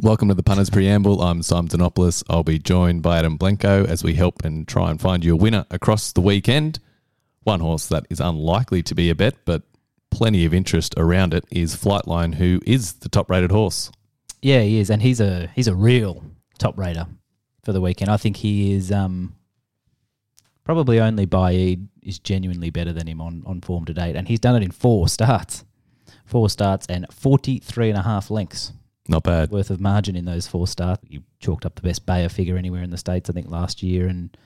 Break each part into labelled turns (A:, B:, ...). A: Welcome to the Punners Preamble. I'm Simon Denopoulos. I'll be joined by Adam Blanco as we help and try and find you a winner across the weekend. One horse that is unlikely to be a bet, but plenty of interest around it is Flightline, who is the top rated horse.
B: Yeah, he is, and he's a he's a real top rater for the weekend. I think he is um, probably only Bayeed is genuinely better than him on, on form to date, and he's done it in four starts, four starts and 43 and a half lengths
A: Not bad.
B: worth of margin in those four starts. You chalked up the best Bayer figure anywhere in the states, I think, last year, and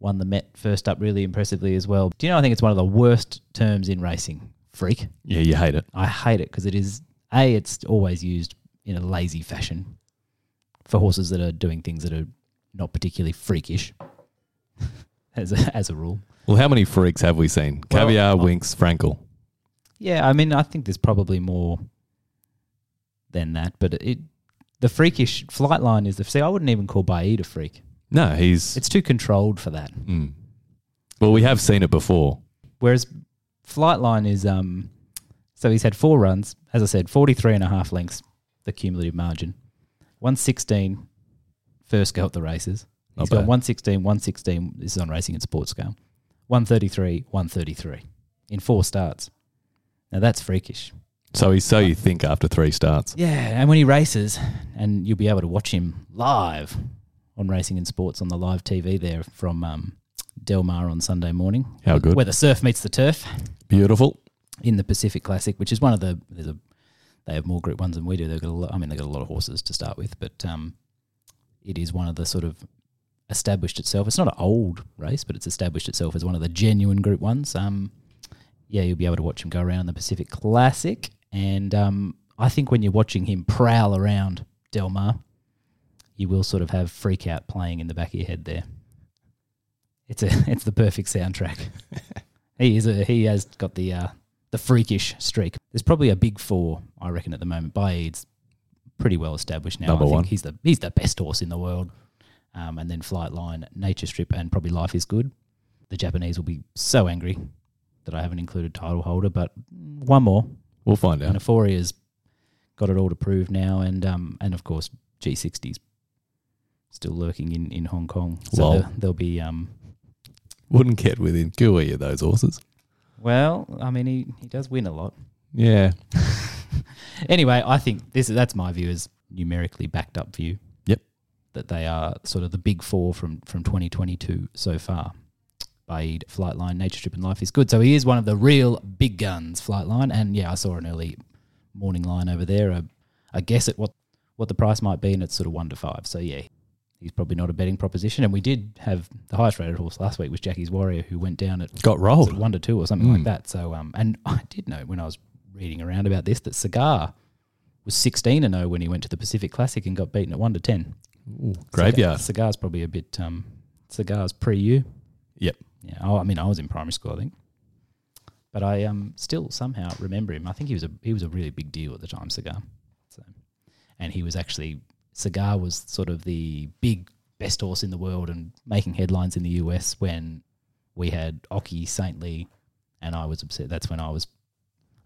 B: won the Met first up really impressively as well. Do you know? I think it's one of the worst terms in racing. Freak.
A: Yeah, you hate it.
B: I hate it because it is a. It's always used in a lazy fashion for horses that are doing things that are not particularly freakish, as a, as a rule.
A: Well, how many freaks have we seen?
B: Well, uh,
A: Caviar, Winks, Frankel.
B: Yeah, I mean, I think there's probably more than that, but it the freakish flight line is the see. I wouldn't even call Baid a freak.
A: No, he's.
B: It's too controlled for that.
A: Mm. Well, we have seen it before.
B: Whereas flight line is um so he's had four runs, as I said, 43 and a half lengths, the cumulative margin. 116 first go at the races.
A: Not
B: He's got
A: bad.
B: 116, 116 this is on racing and sports scale. 133, 133 in four starts. Now that's freakish.
A: So he's so you think after three starts.
B: Yeah, and when he races, and you'll be able to watch him live on Racing and Sports on the live TV there from um, Del Mar on Sunday morning,
A: How Oh, good.
B: where the surf meets the turf
A: Beautiful.
B: in the Pacific Classic, which is one of the there's a they have more Group Ones than we do. They've got a lot, I mean they've got a lot of horses to start with, but um, it is one of the sort of established itself. It's not an old race, but it's established itself as one of the genuine Group Ones. Um, yeah, you'll be able to watch him go around the Pacific Classic, and um, I think when you're watching him prowl around Del Mar, you will sort of have freak out playing in the back of your head there. It's a it's the perfect soundtrack. he is a he has got the uh, the freakish streak. There's probably a big four, I reckon, at the moment. Bayeed's pretty well established now.
A: Number
B: I think
A: one.
B: he's the he's the best horse in the world. Um, and then Flight Line, Nature Strip, and probably Life is Good. The Japanese will be so angry that I haven't included title holder, but one more.
A: We'll find
B: And
A: out.
B: Euphoria's got it all to prove now, and um, and of course G60's still lurking in, in Hong Kong. So
A: Lol.
B: there- there'll be um,
A: Wouldn't get within two of you, those horses.
B: well, I mean he, he does win a lot.
A: Yeah.
B: Anyway, I think this is that's my view is numerically backed up view.
A: Yep.
B: That they are sort of the big four from from 2022 so far. Baid, Flightline, Nature Strip, and Life is Good. So he is one of the real big guns, Flightline. And yeah, I saw an early morning line over there. A, a guess at what what the price might be, and it's sort of one to five. So yeah, he's probably not a betting proposition. And we did have the highest rated horse last week was Jackie's Warrior, who went down at
A: Got
B: was it
A: rolled.
B: one to two or something like that. So, um, and I did know when I was reading around about this that Cigar was sixteen and zero when he went to the Pacific Classic and got beaten at one to ten.
A: Graveyard.
B: Cigar, Cigar's probably a bit. Um, Cigar's pre you.
A: Yep.
B: Yeah, I, I mean, I was in primary school, I think, but I um still somehow remember him. I think he was a he was a really big deal at the time, Cigar. So, and he was actually Cigar was sort of the big best horse in the world and making headlines in the US when we had Oki Saintly, and I was upset. That's when I was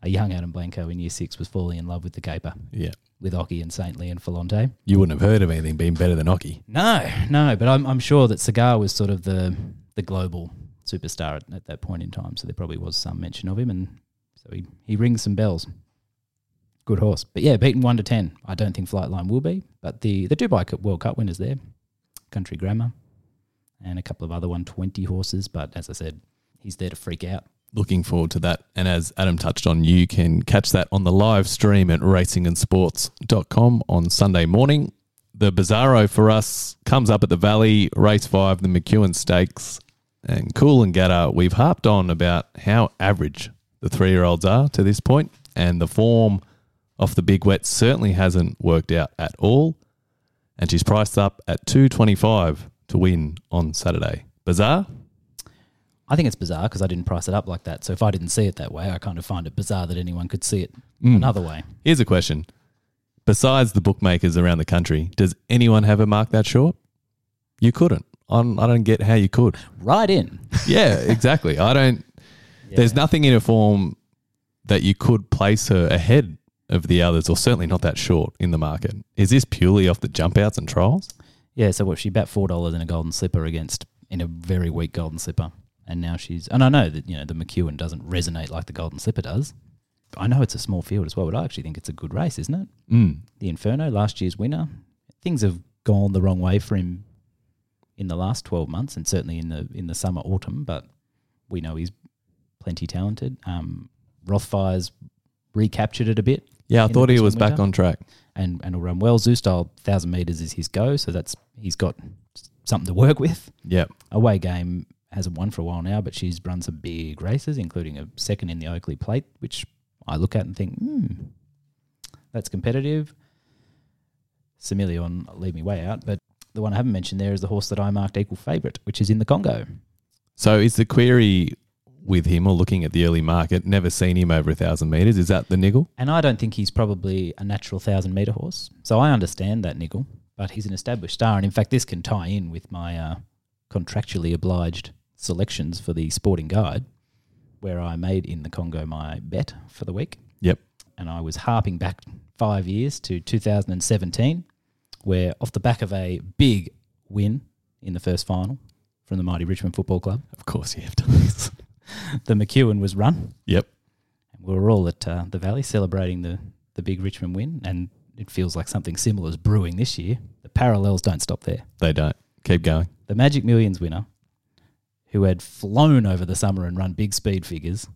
B: a young Adam Blanco in year six was falling in love with the Gaper
A: Yeah.
B: with Oki and Saintly and Falante.
A: You wouldn't have heard of anything being better than Oki.
B: No, no, but I'm, I'm sure that Cigar was sort of the the global superstar at, at that point in time. So there probably was some mention of him, and so he, he rings some bells. Good horse, but yeah, beaten one to ten. I don't think Flightline will be, but the the Dubai Cup World Cup winners there, Country Grammar, and a couple of other 120 horses. But as I said, he's there to freak out.
A: Looking forward to that. And as Adam touched on, you can catch that on the live stream at racingandsports.com on Sunday morning. The Bizarro for us comes up at the Valley, race five, the McEwen Stakes. And Cool and Gatter, we've harped on about how average the three year olds are to this point, and the form off the big wet certainly hasn't worked out at all. And she's priced up at 225 to win on Saturday. Bizarre?
B: I think it's bizarre because I didn't price it up like that. So if I didn't see it that way, I kind of find it bizarre that anyone could see it another way.
A: Here's a question. Besides the bookmakers around the country, does anyone have a mark that short? You couldn't. I'm, I don't get how you could.
B: Right in.
A: Yeah, exactly. I don't. There's nothing in a form that you could place her ahead of the others, or certainly not that short in the market. Is this purely off the jump outs and trials?
B: Yeah, so what she bet four dollars in a golden slipper against in a very weak golden slipper, and now she's and I know that you know the McEwen doesn't resonate like the golden slipper does. I know it's a small field as well, but I actually think it's a good race, isn't it?
A: Mm.
B: The Inferno, last year's winner, things have gone the wrong way for him in the last twelve months, and certainly in the in the summer autumn. But we know he's plenty talented. Um, Rothfire's recaptured it a bit
A: Yeah, I
B: In the
A: thought he
B: Western
A: was back
B: winter?
A: on track.
B: and and will run well. Zoostar thousand meters is his go, so that's he's got something to work with.
A: Yep.
B: Away game hasn't won for a while now, but she's run some big races, including a second in the Oakley Plate, which I look at and think, hmm, that's competitive. Similion leave me way out, but the one I haven't mentioned there is the horse that I marked equal favourite, which is in the Congo.
A: So is the query with him or looking at the early market, never seen him over a thousand meters? Is that the niggle?
B: And I don't think he's probably a natural thousand meter horse. So I understand that niggle, but he's an established star. And in fact, this can tie in with my uh, contractually obliged selections for the sporting guide, where I made in the Congo my bet for the week.
A: Yep.
B: And I was harping back five years to 2017, where off the back of a big win in the first final from the mighty Richmond Football Club,
A: Of course you have done this.
B: the McEwen was run.
A: Yep.
B: And we were all at uh, the Valley celebrating the, the big Richmond win, and it feels like something similar is brewing this year. The parallels don't stop there.
A: They don't. Keep going.
B: The Magic Millions winner, who had flown over the summer and run big speed figures,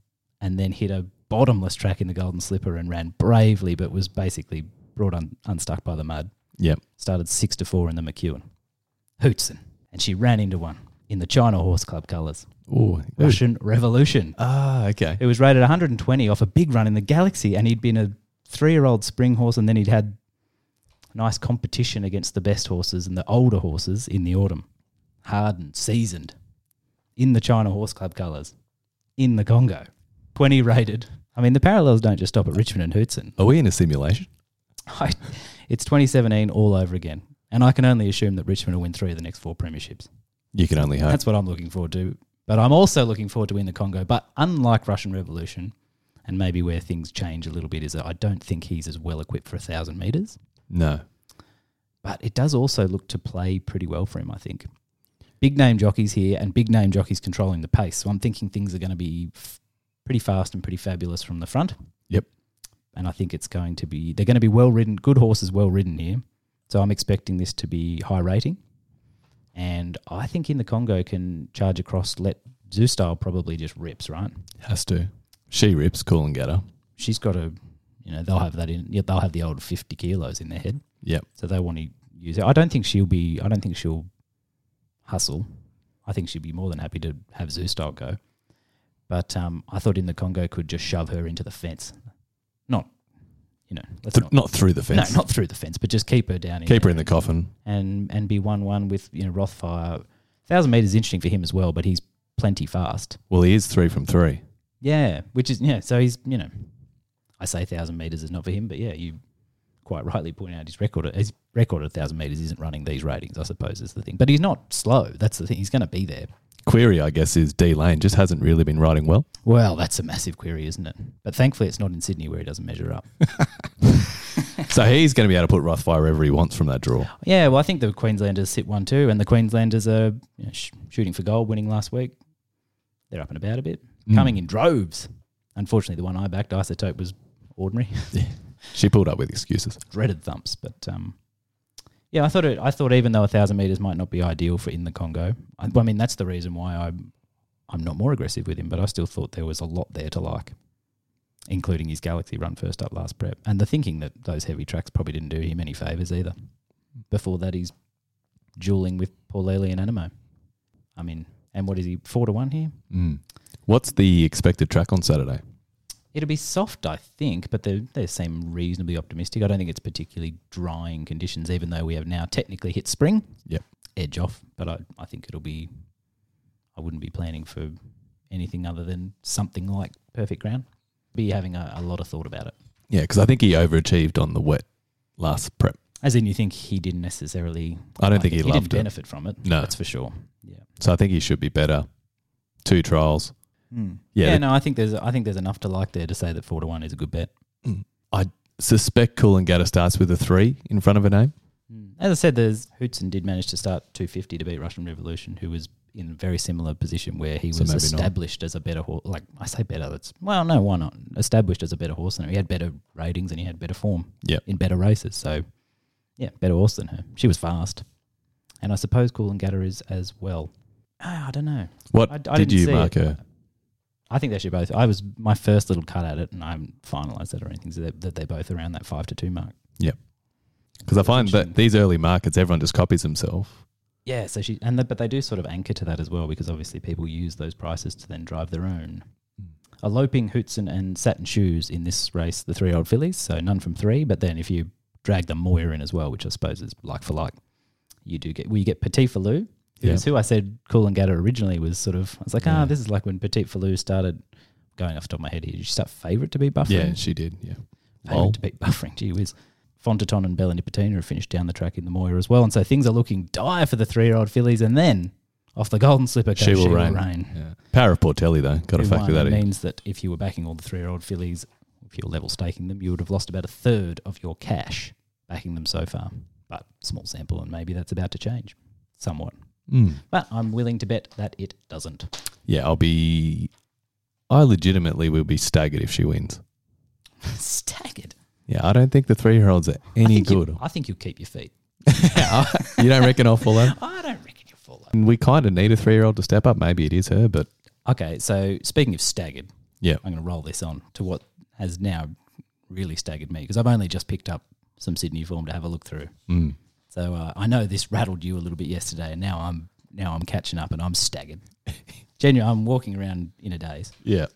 B: and then hit a bottomless track in the Golden Slipper and ran bravely, but was basically brought un- unstuck by the mud.
A: Yep.
B: Started six to four in the McEwen. Hootson. And she ran into one in the China Horse Club colours.
A: Ooh.
B: Russian Revolution.
A: Ah, okay.
B: It was rated 120 off a big run in the Galaxy, and he'd been a three-year-old spring horse, and then he'd had nice competition against the best horses and the older horses in the autumn, hardened, seasoned, in the China Horse Club colours, in the Congo, 20 rated. I mean, the parallels don't just stop at Richmond and Hootson.
A: Are we in a simulation?
B: I, it's 2017 all over again, and I can only assume that Richmond will win three of the next four premierships.
A: You can only hope.
B: That's what I'm looking forward to. But I'm also looking forward to in the Congo. But unlike Russian Revolution, and maybe where things change a little bit, is that I don't think he's as well equipped for a thousand meters.
A: no.
B: But it does also look to play pretty well for him, I think. Big name jockeys here, and big name jockeys controlling the pace. So I'm thinking things are going to be f- pretty fast and pretty fabulous from the front.
A: Yep.
B: And I think it's going to be they're going to be well ridden, good horses, well ridden here. So I'm expecting this to be high rating, and I think in the Congo can charge across. Let Zoo Style probably just rips right.
A: Has to. She rips cool and get her.
B: She's got a, you know, they'll have that in. Yeah, they'll have the old fifty kilos in their head.
A: Yep.
B: So they want to use it. I don't think she'll be. I don't think she'll hustle. I think she'd be more than happy to have Zoo Style go. But um, I thought in the Congo could just shove her into the fence, not, you know, let's
A: Th-
B: not,
A: not through the fence.
B: no, not through the fence, but just keep her down. In
A: Keep her
B: there
A: in the coffin.
B: and and be one one with you know Rothfire. Thousand meters is interesting for him as well, but he's plenty fast.
A: Well, he is three from three.
B: Yeah, which is yeah. So he's you know, I say thousand meters is not for him, but yeah, you quite rightly point out his record. His record at thousand meters isn't running these ratings, I suppose, is the thing. But he's not slow. That's the thing. He's going to be there.
A: Query, I guess, is D Lane just hasn't really been riding well.
B: Well, that's a massive query, isn't it? But thankfully, it's not in Sydney where he doesn't measure up.
A: So he's going to be able to put Rothfire wherever he wants from that draw.
B: yeah, well, I think the Queenslanders hit one too, and the Queenslanders are you know, sh- shooting for goal, winning last week. They're up and about a bit,
A: Hmm.
B: coming in droves. Unfortunately, the one I backed, Isotope, was ordinary.
A: Mm. She pulled up with excuses.
B: dreaded thumps. But um, yeah, I thought it. I thought even though a thousand meters might not be ideal for in the Congo, I, I mean that's the reason why I'm I'm not more aggressive with him. But I still thought there was a lot there to like, including his Galaxy run first up last prep, and the thinking that those heavy tracks probably didn't do him any favors either. Before that, he's dueling with Paul Lely and Animo. I mean, and what is he four to one here?
A: Mm. What's the expected track on Saturday?
B: It'll be soft, I think, but they, they seem reasonably optimistic. I don't think it's particularly drying conditions, even though we have now technically hit spring.
A: Yep.
B: Edge off, but I, I think it'll be. I wouldn't be planning for anything other than something like perfect ground. Be having a, a lot of thought about it.
A: Yeah, because I think he overachieved on the wet last prep.
B: As in, you think he didn't necessarily.
A: I don't think he
B: didn't
A: loved it.
B: benefit from it.
A: No.
B: that's for sure. Yeah.
A: So I think he should be better. Two trials. Hmm. Yeah,
B: Yeah.
A: the-
B: no, I think there's I think there's enough to like there to say that four to one is a good bet.
A: suspect Coolangatta starts with a three in front of a name.
B: Mm. As I said, there's Hootson did manage to start 250 to beat Russian Revolution, who was in a very similar position where he
A: So
B: was
A: maybe not.
B: established as a better horse. Like I say, better. That's well, no, why not? Established as a better horse than her. He had better ratings and he had better form.
A: Yep.
B: in better races. So, yeah, better horse than her. She was fast, and I suppose Cool and Gatter is as well. Ah, I don't know.
A: What
B: I- I
A: did
B: didn't
A: you
B: see
A: mark
B: it.
A: her?
B: I think they should both. I was my first little cut at it, and I haven't finalised it or anything. So that, that they both around that five to two mark.
A: Because I find that these early markets, everyone just copies themselves.
B: Yeah, so she and the, but they do sort of anchor to that as well because obviously people use those prices to then drive their own.
A: Hmm.
B: Eloping Hootson and Satin Shoes in this race, the three-year-old fillies, so none from three. But then if you drag the Moyer in as well, which I suppose is like for like, you do get well, you get Petit Falou,
A: Yeah.
B: who's who I said Cool and Gatter originally was sort of. I was like, ah,
A: Yeah.
B: this is like when Petit Falou started. Going off the top of my head here, did she start favourite to be buffering?
A: Yeah, she did. Yeah.
B: Favourite
A: Lol.
B: to beat buffering. Gee whiz. Fontaton and Bellini Patina have finished down the track in the Moira as well. And so things are looking dire for the three year old fillies. And then off the golden slipper, goes
A: She will reign. Yeah. Power of Portelli, though. Got to
B: Who
A: factor
B: won?
A: that
B: It
A: in.
B: means that if you were backing all the three year old fillies, if you're level staking them, you would have lost about a third of your cash backing them so far. But small sample, and maybe that's about to change somewhat.
A: Mm.
B: But I'm willing to bet that it doesn't.
A: Yeah, I'll be. I legitimately will be staggered if she wins.
B: Staggered.
A: Yeah, I don't think the three year olds are
B: I
A: any
B: think you-
A: good.
B: I think you'll keep your feet.
A: you don't reckon I'll fall over?
B: I don't reckon you'll fall over.
A: And we kind of need a three year old to step up. Maybe it is her, but
B: Okay, so speaking of staggered,
A: yeah.
B: I'm going to roll this on to what has now really staggered me because I've only just picked up some Sydney form to have a look through.
A: Mm.
B: So uh, I know this rattled you a little bit yesterday, and now I'm now I'm catching up and I'm staggered. Genuine, I'm walking around in a daze.
A: Yeah.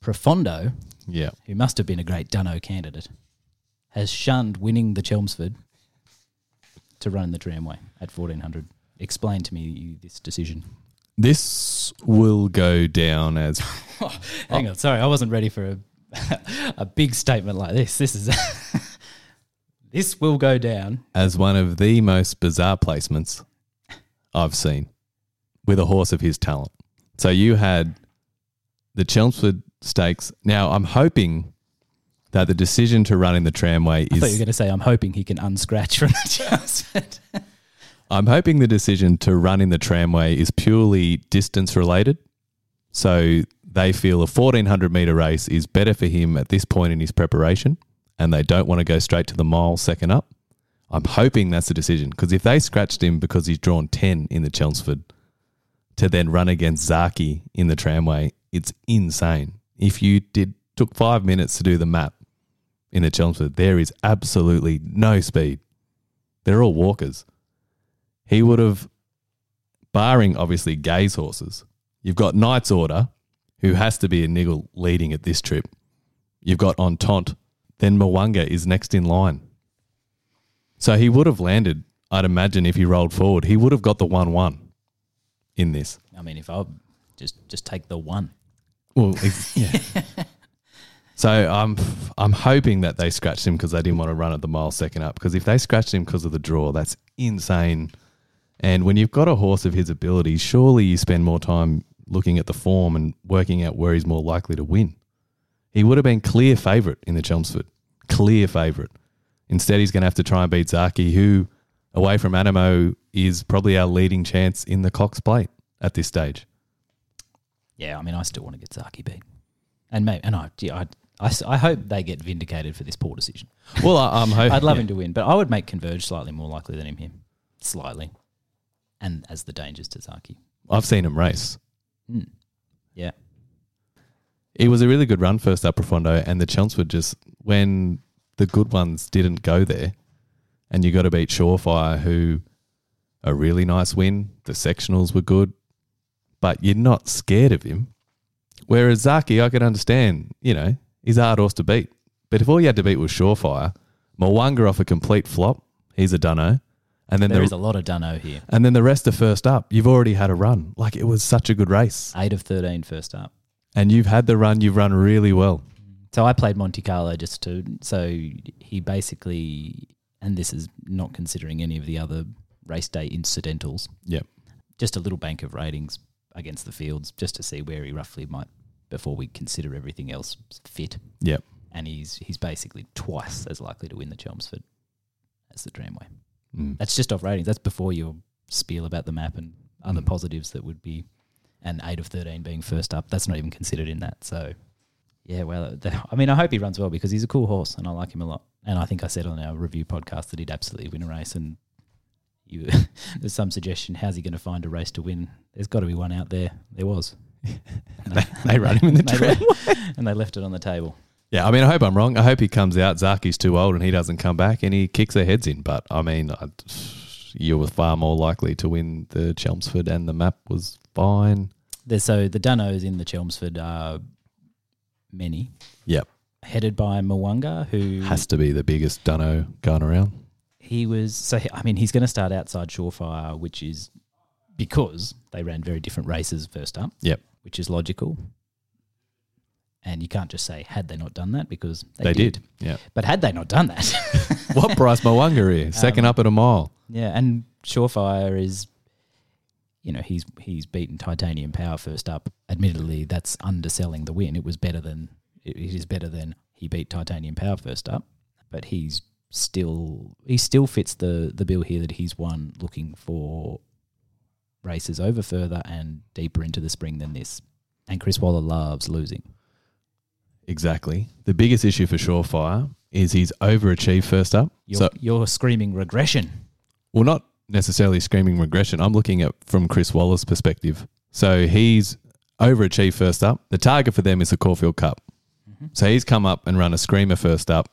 B: Profondo,
A: Yeah.
B: who must have been a great Dunno candidate, has shunned winning the Chelmsford to run in the tramway at 1400. Explain to me this decision.
A: This will go down as
B: Hang on, sorry, I wasn't ready for a, a big statement like this. This is this will go down.
A: as one of the most bizarre placements I've seen with a horse of his talent. So you had the Chelmsford Stakes. Now I'm hoping that the decision to run in the tramway
B: I thought you were
A: is.
B: going to say I'm hoping he can unscratch from the Chelmsford.
A: I'm hoping the decision to run in the tramway is purely distance related. So they feel a 1400 meter race is better for him at this point in his preparation, and they don't want to go straight to the mile second up. I'm hoping that's the decision because if they scratched him because he's drawn 10 in the Chelmsford to then run against Zaki in the tramway, it's insane. If you did took 5 minutes to do the map in the Chelmsford, there is absolutely no speed. They're all walkers. He would have barring obviously gaze horses. You've got Knight's Order, who has to be a niggle leading at this trip. You've got Entente, then Mwanga is next in line. So he would have landed, I'd imagine, if he rolled forward. He would have got the 1 1 in this.
B: I mean, if I just just take the one,
A: Well, ex- yeah. so I'm I'm hoping that they scratched him because they didn't want to run at the mile second up. Because if they scratched him because of the draw, that's insane. And when you've got a horse of his ability, surely you spend more time looking at the form and working out where he's more likely to win. He would have been clear favourite in the Chelmsford, clear favourite. Instead, he's going to have to try and beat Zaki, who, away from Animo, is probably our leading chance in the Cox Plate at this stage.
B: yeah, I mean, I still want to get Zaki beat, and maybe and I, yeah, I, I s- I hope they get vindicated for this poor decision.
A: Well, I, I'm hoping.
B: I'd love
A: yeah.
B: him to win, but I would make Converge slightly more likely than him here, slightly, and as the dangers to Zaki.
A: I've seen him race.
B: Mm. Yeah,
A: It was a really good run first up Profondo, and the Chelmsford just when the good ones didn't go there, and you got to beat Surefire, who a really nice win. The sectionals were good, but you're not scared of him. Whereas Zaki, I can understand, you know, he's a hard horse to beat. But if all you had to beat was Surefire, Mwanga off a complete flop, he's a dunno. And then
B: there is
A: the,
B: a lot of Dunno here.
A: and then the rest are first up. You've already had a run. Like it was such a good race.
B: Eight of 13 first up.
A: And you've had the run, you've run really well.
B: So I played Monte Carlo just to. So he basically, and this is not considering any of the other race day incidentals.
A: Yep.
B: Just a little bank of ratings against the fields, just to see where he roughly might before we consider everything else fit.
A: Yep.
B: and he's he's basically twice as likely to win the Chelmsford as the Dreamway.
A: Mm.
B: That's just off ratings. That's before your spiel about the map and other
A: Mm.
B: positives that would be, and eight of thirteen being first up. That's not even considered in that. So, yeah, well, the, I mean, I hope he runs well because he's a cool horse and I like him a lot. And I think I said on our review podcast that he'd absolutely win a race. And you, there's some suggestion how's he going to find a race to win? There's got to be one out there. There was. And
A: They- they ran him in the
B: they le- and they left it on the table.
A: Yeah, I mean, I hope I'm wrong. I hope he comes out. Zaki's too old and he doesn't come back and he kicks their heads in. But I mean, I, you were far more likely to win the Chelmsford and the map was fine.
B: There's, so the Dunos in the Chelmsford are many.
A: Yep.
B: Headed by Mwanga, who
A: Has to be the biggest dunno going around.
B: he was. So he- I mean, he's going to start outside Surefire, which is because they ran very different races first up.
A: Yep.
B: which is logical. And you can't just say had they not done that because they,
A: They, did. Yeah.
B: But had they not done that,
A: what Bryce Mwanga here? Second up at a mile.
B: yeah. And Surefire is, you know, he's he's beaten Titanium Power first up. Admittedly, that's underselling the win. It was better than it it is better than he beat Titanium Power first up, but he's still he still fits the the bill here that he's won looking for races over further and deeper into the spring than this. And Chris Waller loves losing.
A: Exactly. The biggest issue for Surefire is he's overachieved first up.
B: You're,
A: so,
B: you're screaming regression.
A: well, not necessarily screaming regression. I'm looking at from Chris Waller's perspective. So he's overachieved first up. The target for them is the Caulfield Cup. So he's come up and run a screamer first up.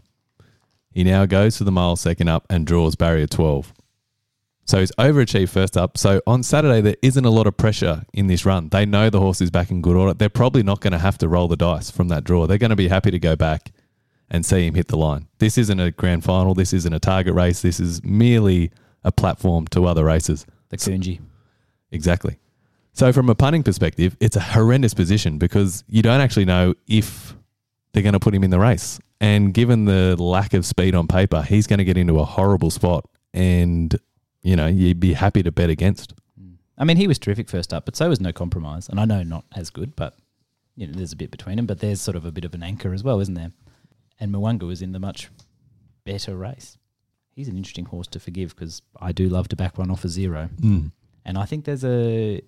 A: He now goes to the mile second up and draws barrier 12. So he's overachieved first up. So on Saturday, there isn't a lot of pressure in this run. They know the horse is back in good order. They're probably not going to have to roll the dice from that draw. They're going to be happy to go back and see him hit the line. This isn't a grand final. This isn't a target race. This is merely a platform to other races.
B: The Coonji.
A: Exactly. So, from a punting perspective, it's a horrendous position because you don't actually know if they're going to put him in the race. And given the lack of speed on paper, he's going to get into a horrible spot. And, you know, you'd be happy to bet against.
B: I mean, he was terrific first up, but so was no compromise. And I know not as good, but you know, there's a bit between them. But there's sort of a bit of an anchor as well, isn't there? And Mwanga was in the much better race. He's an interesting horse to forgive because I do love to back one off a zero.
A: Hmm.
B: And I think there's a,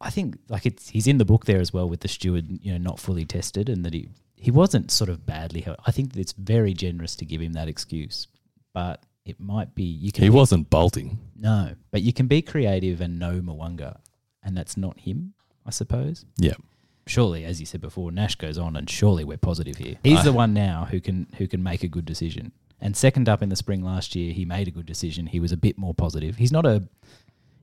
B: I think like it's he's in the book there as well with the steward, you know, not fully tested, and that he he wasn't sort of badly hurt. I think it's very generous to give him that excuse, but it might be you can
A: He wasn't bolting.
B: no, but you can be creative and know Mwanga, and that's not him, I suppose.
A: Yeah.
B: Surely, as you said before, Nash goes on, and surely we're positive here. He's the one now who can who can make a good decision. And second up in the spring last year, he made a good decision. He was a bit more positive. He's not a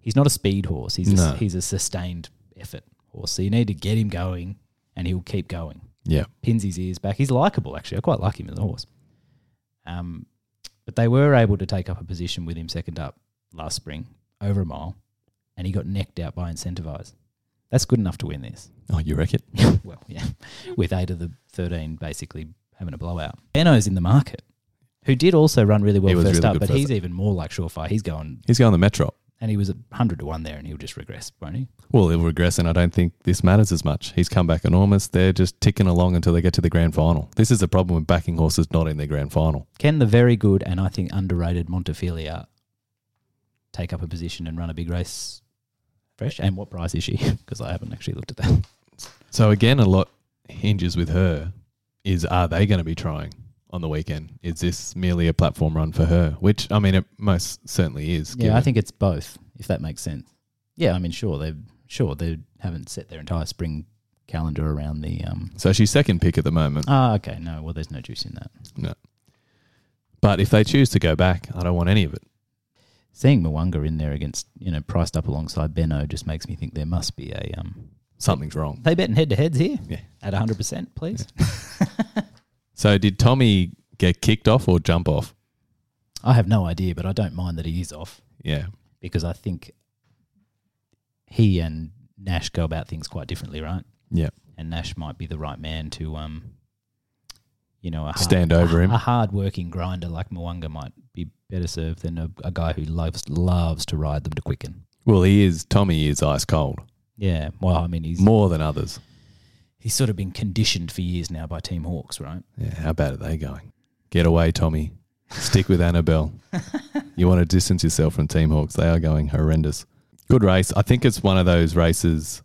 B: he's not a speed horse. He's
A: No.
B: a, he's a sustained effort horse. So you need to get him going, and he'll keep going
A: Yeah.
B: pins his ears back. He's likable, actually. I quite like him as a horse. Um, but they were able to take up a position with him second up last spring over a mile, and he got necked out by Incentivize. That's good enough to win this.
A: Oh, you reckon?
B: well, yeah, with eight of the 13 basically having a blowout. Benno's in the market, who did also run really well
A: He was
B: first
A: really
B: up,
A: good
B: but
A: first
B: he's even more like Surefire. He's going,
A: He's going the Metro.
B: and he was at 100 to 1 there, and he'll just regress, won't he?
A: Well, he'll regress, and I don't think this matters as much. He's come back enormous. They're just ticking along until they get to the grand final. This is the problem with backing horses not in their grand final.
B: Can the very good and I think underrated Montefilia take up a position and run a big race fresh? And what price is she? Because I haven't actually looked at that.
A: So again, a lot hinges with her. Is are they going to be trying on the weekend? Is this merely a platform run for her? Which I mean, it most certainly is.
B: Yeah, I
A: given-
B: think it's both, if that makes sense. Yeah, I mean, sure they sure they haven't set their entire spring calendar around the. Um,
A: so. She's second pick at the moment,
B: ah, okay, no, well, there's no juice in that.
A: but if they choose to go back, I don't want any of it.
B: Seeing Mwanga in there against you know priced up alongside Benno just makes me think there must be a um.
A: Something's wrong.
B: They betting head to heads here
A: Yeah.
B: at 100 percent, please.
A: So did Tommy get kicked off or jump off?
B: I have no idea, but I don't mind that he is off.
A: Yeah,
B: because I think he and Nash go about things quite differently, right?
A: Yeah.
B: And Nash might be the right man to, um, you know, a hard,
A: stand over him.
B: a hard working grinder like Mwanga might be better served than a, a guy who loves loves to ride them to quicken.
A: Well, he is. Tommy is ice cold
B: Yeah. Well, I mean, he's
A: more than others.
B: he's sort of been conditioned for years now by Team Hawks, right?
A: Yeah, how bad are they going? Get away, Tommy. Stick with Annabelle. you want to distance yourself from Team Hawks. They are going horrendous. Good race. I think it's one of those races.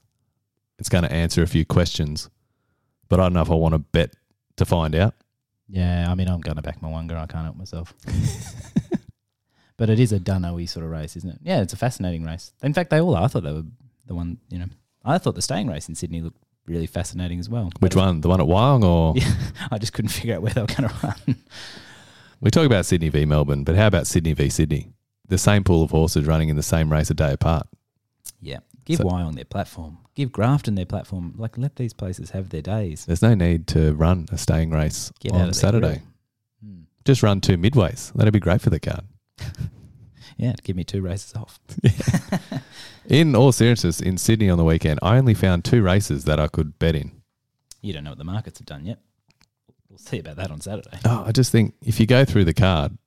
A: It's going to answer a few questions, but I don't know if I want to bet to find out.
B: Yeah, I mean, I'm going to back my one girl. I can't help myself. but it is a dunnowy sort of race, isn't it? Yeah, it's a fascinating race. In fact, they all are. I thought they were the one, you know, I thought the staying race in Sydney looked really fascinating as well.
A: Which
B: But
A: one? The one at Wyong or?
B: Yeah. I just couldn't figure out where they were going to run.
A: We talk about Sydney v Melbourne, but how about Sydney v Sydney? The same pool of horses running in the same race a day apart.
B: yeah. Give
A: So-
B: Wyong their platform. Give Grafton their platform. Like, let these places have their days.
A: There's no need to run a staying race
B: Get out
A: on
B: of their
A: Saturday.
B: grill. Hmm.
A: Just run two midways. That'd be great for the card.
B: Yeah, it'd give me two races off.
A: In all seriousness, in Sydney on the weekend, I only found two races that I could bet in.
B: You don't know what the markets have done yet. We'll see about that on Saturday.
A: Oh, I just think if you go through the card,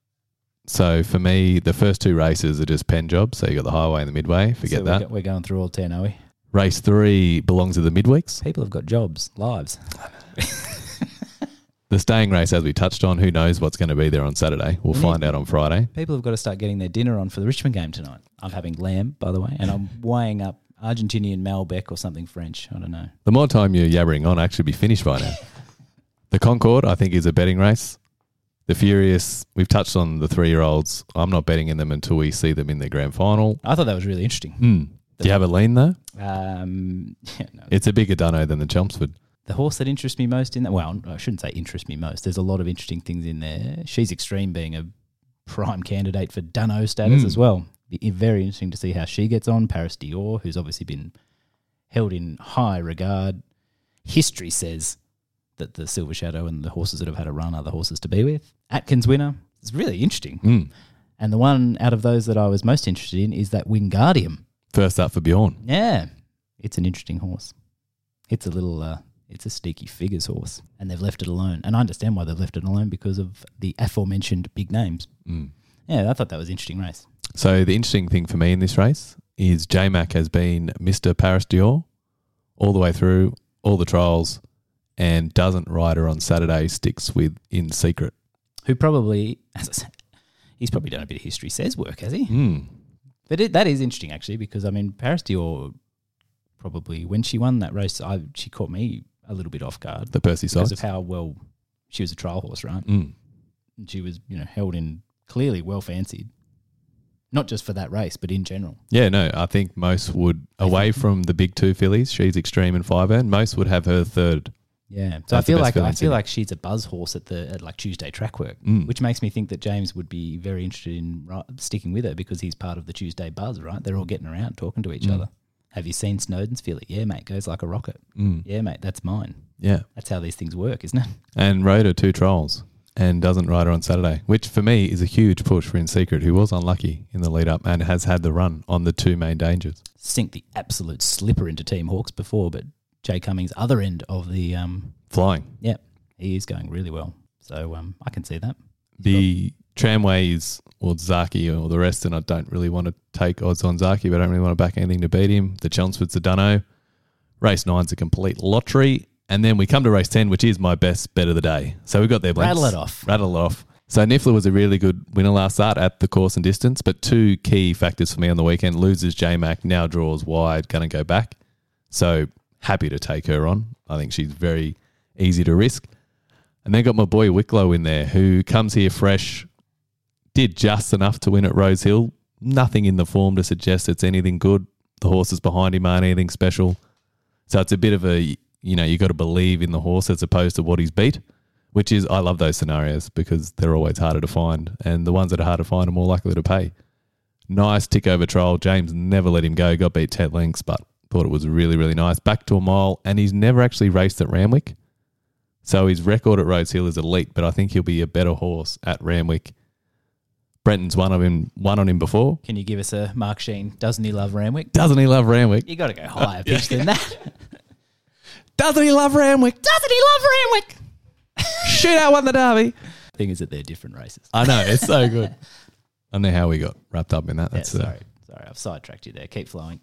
A: so for me, the first two races are just pen jobs. So you got the highway and the midway. Forget
B: So we're
A: that.
B: go- We're going through all 10, are we?
A: Race three belongs to the midweeks.
B: People have got jobs, lives.
A: The staying race, as we touched on, who knows what's going to be there on Saturday? We'll
B: Mm.
A: find out on Friday.
B: People have got to start getting their dinner on for the Richmond game tonight. I'm having lamb, by the way, and I'm weighing up Argentinian Malbec or something French. I don't know.
A: The more time you're yabbering on, I'll actually be finished by now. the Concord, I think, is a betting race. The Furious, we've touched on the three year olds. I'm not betting in them until we see them in the grand final.
B: I thought that was really interesting.
A: Hmm. Do you have a lean, though?
B: Um, yeah, no.
A: It's a bigger dunno than the Chelmsford.
B: The horse that interests me most in that, well, I shouldn't say interests me most. There's a lot of interesting things in there. She's Extreme being a prime candidate for Dunno status
A: Mm.
B: as well. Be be very interesting to see how she gets on. Paris Dior, who's obviously been held in high regard. History says that the Silver Shadow and the horses that have had a run are the horses to be with. Atkins winner. It's really interesting.
A: Hmm.
B: And the one out of those that I was most interested in is that Wingardium.
A: First up for Bjorn.
B: Yeah, it's an interesting horse. It's a little, uh, it's a sneaky figures horse, and they've left it alone. And I understand why they've left it alone because of the aforementioned big names.
A: Mm.
B: Yeah, I thought that was an interesting race.
A: So the interesting thing for me in this race is J Mac has been Mr. Paris Dior all the way through, all the trials, and doesn't ride her on Saturday, sticks with in secret.
B: Who probably, as I said, he's probably done a bit of history says work, has he?
A: Mm.
B: But it, that is interesting actually because I mean Paris Dior probably when she won that race, I she caught me a little bit off guard
A: The Percy
B: because
A: side.
B: of how well she was a trial horse, right?
A: Mm.
B: And she was you know held in clearly well fancied, not just for that race but in general.
A: Yeah, no, I think most would, away from the big two fillies, she's extreme and five and most would have her third.
B: Yeah. So I
A: That's the
B: feel
A: best
B: like
A: feeling,
B: I
A: isn't
B: feel like she's a buzz horse at the at like Tuesday track work,
A: Mm.
B: which makes me think that James would be very interested in ri- sticking with her because he's part of the Tuesday buzz, right? They're all getting around talking to each
A: Mm.
B: other. Have you seen Snowden's feel it? Yeah, mate, goes like a rocket.
A: Mm.
B: Yeah, mate, that's mine.
A: Yeah.
B: That's how these things work, isn't it?
A: And rode her two trials and doesn't ride her on Saturday, which for me is a huge push for In Secret, who was unlucky in the lead up and has had the run on the two main dangers.
B: Sink the absolute slipper into Team Hawks before, but Jay Cummings' other end of the um,
A: Flying.
B: yeah, he is going really well. So um, I can see that.
A: the tramways or Zaki or the rest, and I don't really want to take odds on Zaki, but I don't really want to back anything to beat him. The Chelmsford's a dunno. Race nine's a complete lottery. And then we come to race 10, which is my best bet of the day. So we got there, Blanks.
B: Rattle it off.
A: Rattle it off. So Niffler was a really good winner last start at the course and distance, but two key factors for me on the weekend. Loses J-Mac, now draws wide, going to go back. So happy to take her on. I think she's very easy to risk. And then got my boy Wicklow in there, who comes here fresh, did just enough to win at Rose Hill. Nothing in the form to suggest it's anything good. The horses behind him aren't anything special. So it's a bit of a, you know, you got to believe in the horse as opposed to what he's beat, which is, I love those scenarios because they're always harder to find. And the ones that are hard to find are more likely to pay. Nice tick over trial. James never let him go. Got beat 10 lengths, but thought it was really, really nice. Back to a mile. And he's never actually raced at Ramwick. So his record at Rose Hill is elite, but I think he'll be a better horse at Ramwick. Brenton's won on him, won on him before.
B: Can you give us a Mark Sheen? Doesn't he love Ramwick?
A: Doesn't he love Ramwick?
B: You got to go higher pitch than that.
A: Doesn't he love Ramwick?
B: Doesn't he love Ramwick?
A: Shoot out won the derby.
B: thing is that they're different races.
A: I know it's so good. I don't know how we got wrapped up in that. That's
B: yeah,
A: uh,
B: sorry, sorry, I've sidetracked you there. Keep flowing.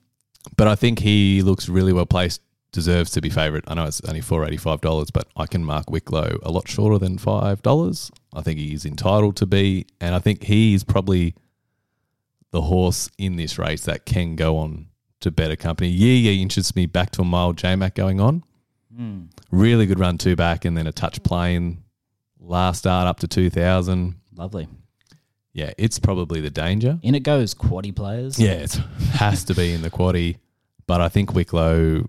A: but I think he looks really well placed deserves to be favourite. I know it's only four eighty five dollars, but I can mark Wicklow a lot shorter than five dollars. I think he is entitled to be, and I think he is probably the horse in this race that can go on to better company. Yeah, yeah, interests me back to a mile. JMac going on, really good run two back, and then a touch plane last start up to two thousand.
B: Lovely.
A: Yeah, it's probably the danger.
B: In it goes, quaddy players.
A: Yeah, it has to be in the quaddy. But I think Wicklow,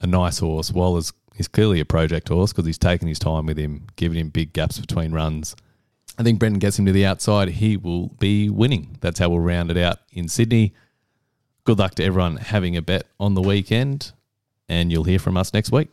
A: a nice horse. Waller's he's clearly a project horse because he's taking his time with him, giving him big gaps between runs. I think Brendan gets him to the outside. He will be winning. That's how we'll round it out in Sydney. Good luck to everyone having a bet on the weekend, and you'll hear from us next week.